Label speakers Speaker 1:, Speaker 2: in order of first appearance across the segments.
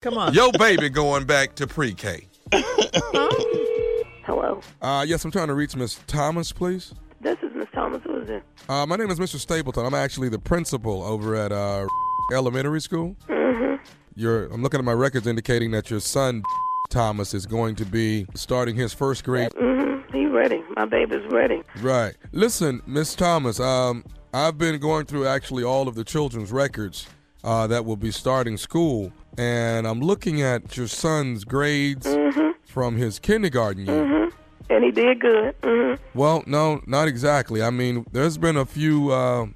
Speaker 1: Come on.
Speaker 2: Yo, baby going back to pre-K.
Speaker 3: Hello.
Speaker 2: Uh, yes, I'm trying to reach Miss Thomas, please.
Speaker 3: This is Miss Thomas. Who is it?
Speaker 2: Uh, my name is Mr. Stapleton. I'm actually the principal over at uh, elementary school. Mm-hmm. You're, I'm looking at my records indicating that your son Thomas is going to be starting his first grade.
Speaker 3: Mm-hmm. He ready. My baby's ready.
Speaker 2: Right. Listen, Miss Thomas. Um, I've been going through actually all of the children's records uh, that will be starting school, and I'm looking at your son's grades from his kindergarten year.
Speaker 3: And he did good. hmm
Speaker 2: Well, no, not exactly. I mean, there's been a few. Uh,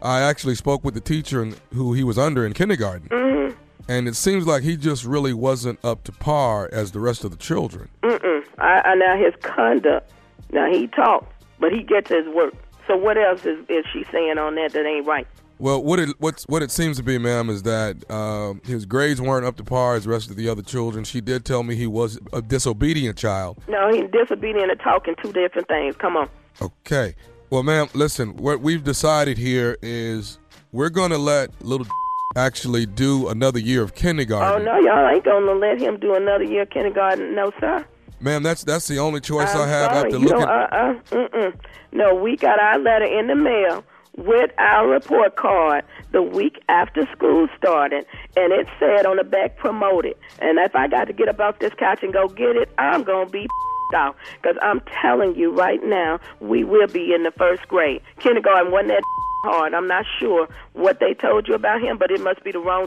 Speaker 2: I actually spoke with the teacher in, who he was under in kindergarten,
Speaker 3: Mm-hmm.
Speaker 2: and it seems like he just really wasn't up to par as the rest of the children.
Speaker 3: Mm-mm. I, I now his conduct. Now he talks, but he gets his work. So what else is, is she saying on that that ain't right?
Speaker 2: Well, what it what's, what it seems to be, ma'am, is that um, his grades weren't up to par as the rest of the other children. She did tell me he was a disobedient child.
Speaker 3: No, he disobedient and talking two different things. Come on.
Speaker 2: Okay. Well, ma'am, listen, what we've decided here is we're going to let little actually do another year of
Speaker 3: Oh
Speaker 2: kindergarten.
Speaker 3: no, y'all ain't gonna let him do another year of kindergarten. No, sir.
Speaker 2: Ma'am, that's that's the only choice
Speaker 3: I'm
Speaker 2: i have
Speaker 3: sorry.
Speaker 2: after
Speaker 3: you
Speaker 2: looking.
Speaker 3: Know, uh-uh, mm-mm. No, we got our letter in the mail with our report card the week after school started, and it said on the back, promoted. And if I got to get up off this couch and go get it, I'm going to be off. Because I'm telling you right now, we will be in the first grade. Kindergarten wasn't that hard. I'm not sure what they told you about him, but it must be the wrong.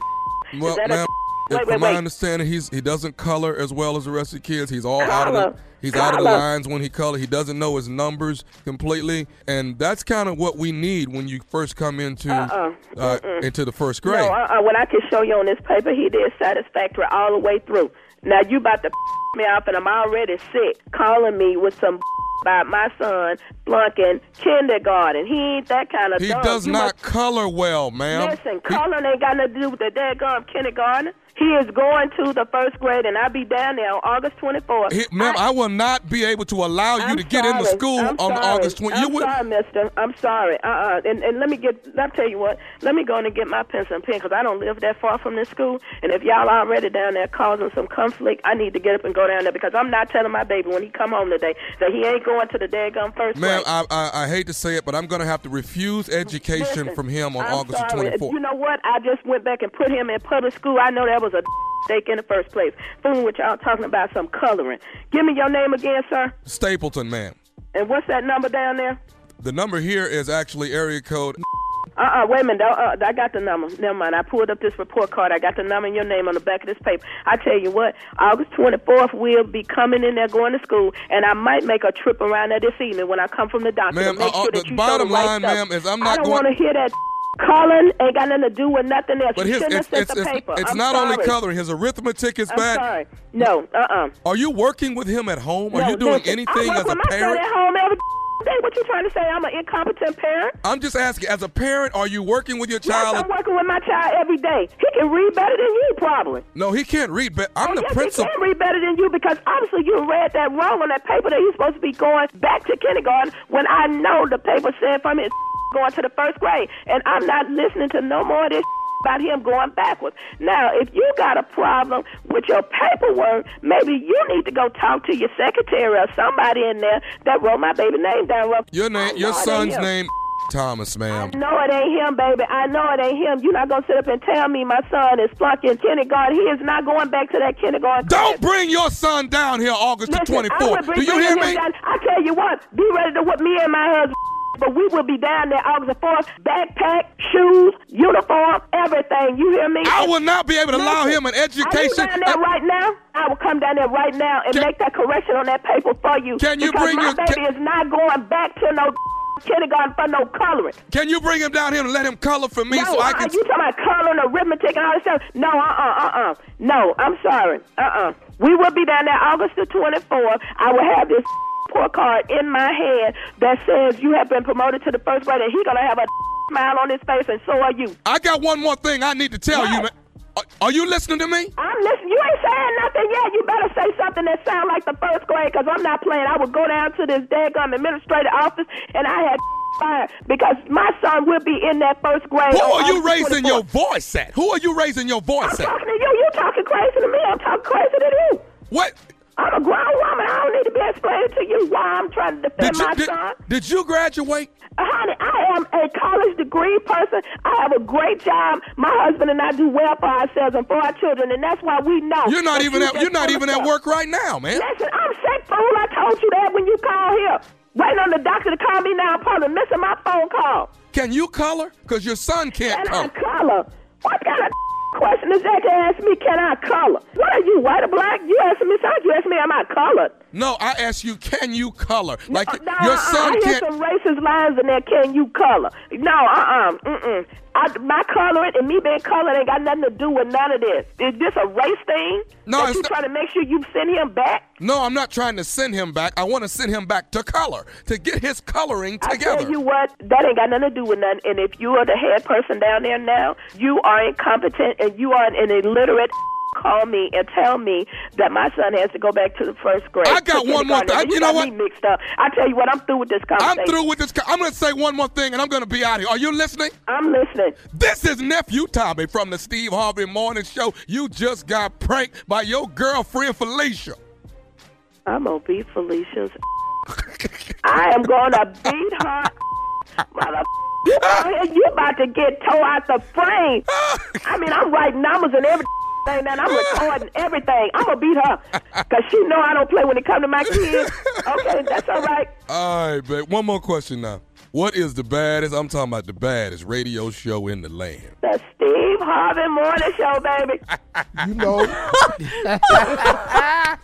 Speaker 2: well,
Speaker 3: that a-
Speaker 2: ma'am, if-
Speaker 3: Wait, wait,
Speaker 2: from my
Speaker 3: wait.
Speaker 2: understanding, he's he doesn't color as well as the rest of the kids. He's all out of
Speaker 3: Color.
Speaker 2: the he's out of the
Speaker 3: Color.
Speaker 2: lines when he color. He doesn't know his numbers completely, and that's kind of what we need when you first come into
Speaker 3: Uh-uh.
Speaker 2: uh, into the first grade.
Speaker 3: No, uh, uh, what I can show you on this paper, he did satisfactory all the way through. Now you about to me up, and I'm already sick. Calling me with some about my son flunking kindergarten. He ain't that kind of.
Speaker 2: he
Speaker 3: dog.
Speaker 2: does
Speaker 3: You
Speaker 2: not
Speaker 3: must-
Speaker 2: color well, ma'am.
Speaker 3: Listen,
Speaker 2: He-
Speaker 3: calling ain't got nothing to do with the daggum kindergarten. He is going to the first grade, and I'll be down there on August 24th.
Speaker 2: He- ma'am, I, will not be able to allow you
Speaker 3: I'm
Speaker 2: to get into
Speaker 3: sorry.
Speaker 2: school
Speaker 3: I'm
Speaker 2: on
Speaker 3: sorry.
Speaker 2: August 20.
Speaker 3: I'm
Speaker 2: you would-
Speaker 3: sorry, Mister. I'm sorry. Uh, uh And, and let me get. I'll tell you what. Let me go in and get my pencil and pen because I don't live that far from this school. And if y'all already down there causing some conflict, I need to get up and go down there because I'm not telling my baby when he come home today that he ain't going to the daggum first.
Speaker 2: Ma'am,
Speaker 3: grade.
Speaker 2: I, I, I hate to say it, but I'm going to have to refuse education
Speaker 3: Listen,
Speaker 2: from him on
Speaker 3: I'm
Speaker 2: August
Speaker 3: sorry.
Speaker 2: 24th.
Speaker 3: You know what? I just went back and put him in public school. I know that was a mistake in the first place. Fooling with y'all talking about some coloring. Give me your name again, sir.
Speaker 2: Stapleton, ma'am.
Speaker 3: And what's that number down there?
Speaker 2: The number here is actually area code.
Speaker 3: Uh-uh, wait a minute. Uh, uh, I got the number. Never mind. I pulled up this report card. I got the number and your name on the back of this paper. I tell you what, August 24th, we'll be coming in there going to school, and I might make a trip around there this evening when I come from the doctor
Speaker 2: Ma'am,
Speaker 3: to make
Speaker 2: uh, uh,
Speaker 3: sure that
Speaker 2: the
Speaker 3: you
Speaker 2: bottom
Speaker 3: show the right
Speaker 2: line,
Speaker 3: stuff.
Speaker 2: ma'am, is I'm
Speaker 3: I
Speaker 2: not
Speaker 3: don't
Speaker 2: going-
Speaker 3: want to hear that calling. Ain't got nothing to do with nothing else.
Speaker 2: But
Speaker 3: you
Speaker 2: his,
Speaker 3: shouldn't
Speaker 2: it's,
Speaker 3: have sent
Speaker 2: it's,
Speaker 3: the
Speaker 2: it's,
Speaker 3: paper.
Speaker 2: it's
Speaker 3: I'm
Speaker 2: not only
Speaker 3: sorry.
Speaker 2: coloring. His arithmetic is
Speaker 3: I'm
Speaker 2: bad.
Speaker 3: sorry. No, uh-uh.
Speaker 2: Are you working with him at home?
Speaker 3: no,
Speaker 2: Are you doing
Speaker 3: listen,
Speaker 2: anything
Speaker 3: I work
Speaker 2: as a
Speaker 3: with my son
Speaker 2: parent?
Speaker 3: at home every day. What you trying to say? I'm an incompetent parent?
Speaker 2: I'm just asking, as a parent, are you working with your
Speaker 3: Yes,
Speaker 2: child?
Speaker 3: I'm working with my child every day. He can read better than you, probably.
Speaker 2: no, he can't read, but I'm the
Speaker 3: Oh, yes,
Speaker 2: principal.
Speaker 3: He can read better than you because obviously you read that wrong on that paper that he's supposed to be going back to kindergarten when I know the paper said from his going to the first grade. And I'm not listening to no more of this about him going backwards. Now, if you got a problem with your paperwork, maybe you need to go talk to your secretary or somebody in there that wrote my baby name down. wrong.
Speaker 2: Your
Speaker 3: I
Speaker 2: name,
Speaker 3: know
Speaker 2: your
Speaker 3: it ain't
Speaker 2: son's
Speaker 3: him.
Speaker 2: name, Thomas, ma'am.
Speaker 3: I know it ain't him, baby. I know it ain't him. You're not gonna sit up and tell me my son is flunking kindergarten. He is not going back to that kindergarten.
Speaker 2: Don't bring your son down here August
Speaker 3: Listen,
Speaker 2: the
Speaker 3: I would
Speaker 2: 24th.
Speaker 3: bring
Speaker 2: Do you
Speaker 3: bring
Speaker 2: hear
Speaker 3: him
Speaker 2: me?
Speaker 3: down- I tell you what, be ready to whip me and my husband. But we will be down there August the 4th. Backpack, shoes, uniform, everything. You hear me?
Speaker 2: I will not be able to allow him
Speaker 3: Listen,
Speaker 2: an
Speaker 3: Are you
Speaker 2: education. Uh,
Speaker 3: down there right now? I will come down there right now and
Speaker 2: Can-
Speaker 3: make that correction on that paper for you.
Speaker 2: Can you
Speaker 3: because
Speaker 2: bring
Speaker 3: my
Speaker 2: your-
Speaker 3: baby
Speaker 2: can-
Speaker 3: is not going back to no kindergarten for no coloring.
Speaker 2: Can you bring him down here and let him color for me
Speaker 3: No,
Speaker 2: so I
Speaker 3: uh-uh,
Speaker 2: can?
Speaker 3: you talking about coloring, arithmetic, and all this stuff? No, uh, uh, uh, uh. No, I'm sorry. Uh, uh We will be down there August the 24th. I will have this report card in my hand that says you have been promoted to the first grade, and he's gonna have a smile on his face, and so are you.
Speaker 2: I got one more thing I need to tell you,
Speaker 3: What?
Speaker 2: man. Are, are you listening to me?
Speaker 3: I'm listening. You ain't saying nothing yet. You better say something that sounds like the first grade, because I'm not playing. I would go down to this daggum administrative office, and I had fired because my son will be in that first grade.
Speaker 2: Who
Speaker 3: on
Speaker 2: are you
Speaker 3: August
Speaker 2: raising
Speaker 3: 24th.
Speaker 2: your voice at? Who are you raising your
Speaker 3: I'm
Speaker 2: voice at?
Speaker 3: talking to you. You talking crazy to me. I'm talking crazy to you.
Speaker 2: What?
Speaker 3: I'm a grown woman. I don't need to be explaining to you why I'm trying to defend
Speaker 2: Did you
Speaker 3: my
Speaker 2: did,
Speaker 3: son.
Speaker 2: did you graduate?
Speaker 3: Honey, I am a college degree person. I have a great job. My husband and I do well for ourselves and for our children, and that's why we know.
Speaker 2: You're not
Speaker 3: that
Speaker 2: even
Speaker 3: you
Speaker 2: at
Speaker 3: just
Speaker 2: you're not
Speaker 3: full of
Speaker 2: even at
Speaker 3: stuff.
Speaker 2: work right now, man.
Speaker 3: Listen, I'm sick, fool. I told you that when you called here. Waiting on the doctor to call me now. I'm probably missing my phone call.
Speaker 2: Can you color? Cause your son can't
Speaker 3: Can I
Speaker 2: color.
Speaker 3: color? What kind of question is that to ask me? Can I color? What are you, white or black? You asking me something? You asking me, am I colored?
Speaker 2: No, I asked you, can you color? Like
Speaker 3: Uh, no,
Speaker 2: your
Speaker 3: uh-uh,
Speaker 2: son
Speaker 3: I hear
Speaker 2: can't.
Speaker 3: some racist lines in there. Can you color? No, uh, uh-uh, uh, mm I, my coloring and me being colored ain't got nothing to do with none of this. Is this a race thing?
Speaker 2: No,
Speaker 3: that
Speaker 2: it's
Speaker 3: you
Speaker 2: not-
Speaker 3: trying to make sure you send him back?
Speaker 2: No, I'm not trying to send him back. I want to send him back to color to get his coloring
Speaker 3: I
Speaker 2: together.
Speaker 3: tell you what, that ain't got nothing to do with nothing. And if you are the head person down there now, you are incompetent and you are an illiterate. Call me and tell me that my son has to go back to the first grade.
Speaker 2: I got
Speaker 3: to
Speaker 2: one more thing.
Speaker 3: kindergarten. You,
Speaker 2: You know
Speaker 3: got
Speaker 2: what?
Speaker 3: me mixed up. I tell you what, I'm through with this
Speaker 2: I'm
Speaker 3: conversation.
Speaker 2: through with this. co- I'm going to say one more thing and I'm going to be out of here. Are you listening?
Speaker 3: I'm listening.
Speaker 2: This is Nephew Tommy from the Steve Harvey Morning Show. You just got pranked by your girlfriend, Felicia.
Speaker 3: I'm gonna beat Felicia's. I am gonna beat her. Mother. You out here, you about to get tore out the frame. I mean, I'm writing numbers and everything, and I'm recording everything. I'm gonna beat her because she know I don't play when it comes to my kids. Okay, that's all right.
Speaker 2: All right, but one more question now. What is the baddest? I'm talking about the baddest radio show in the land.
Speaker 3: The Steve Harvey Morning Show, baby.
Speaker 1: You know,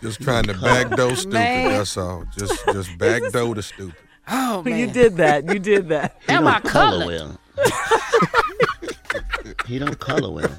Speaker 4: Just trying to backdoor stupid.
Speaker 5: Man.
Speaker 4: That's all. Just just backdoor the stupid.
Speaker 5: Oh man.
Speaker 6: You did that. You did that.
Speaker 7: He
Speaker 5: Am
Speaker 7: don't
Speaker 5: I
Speaker 7: color
Speaker 5: colored?
Speaker 7: well. he don't color well.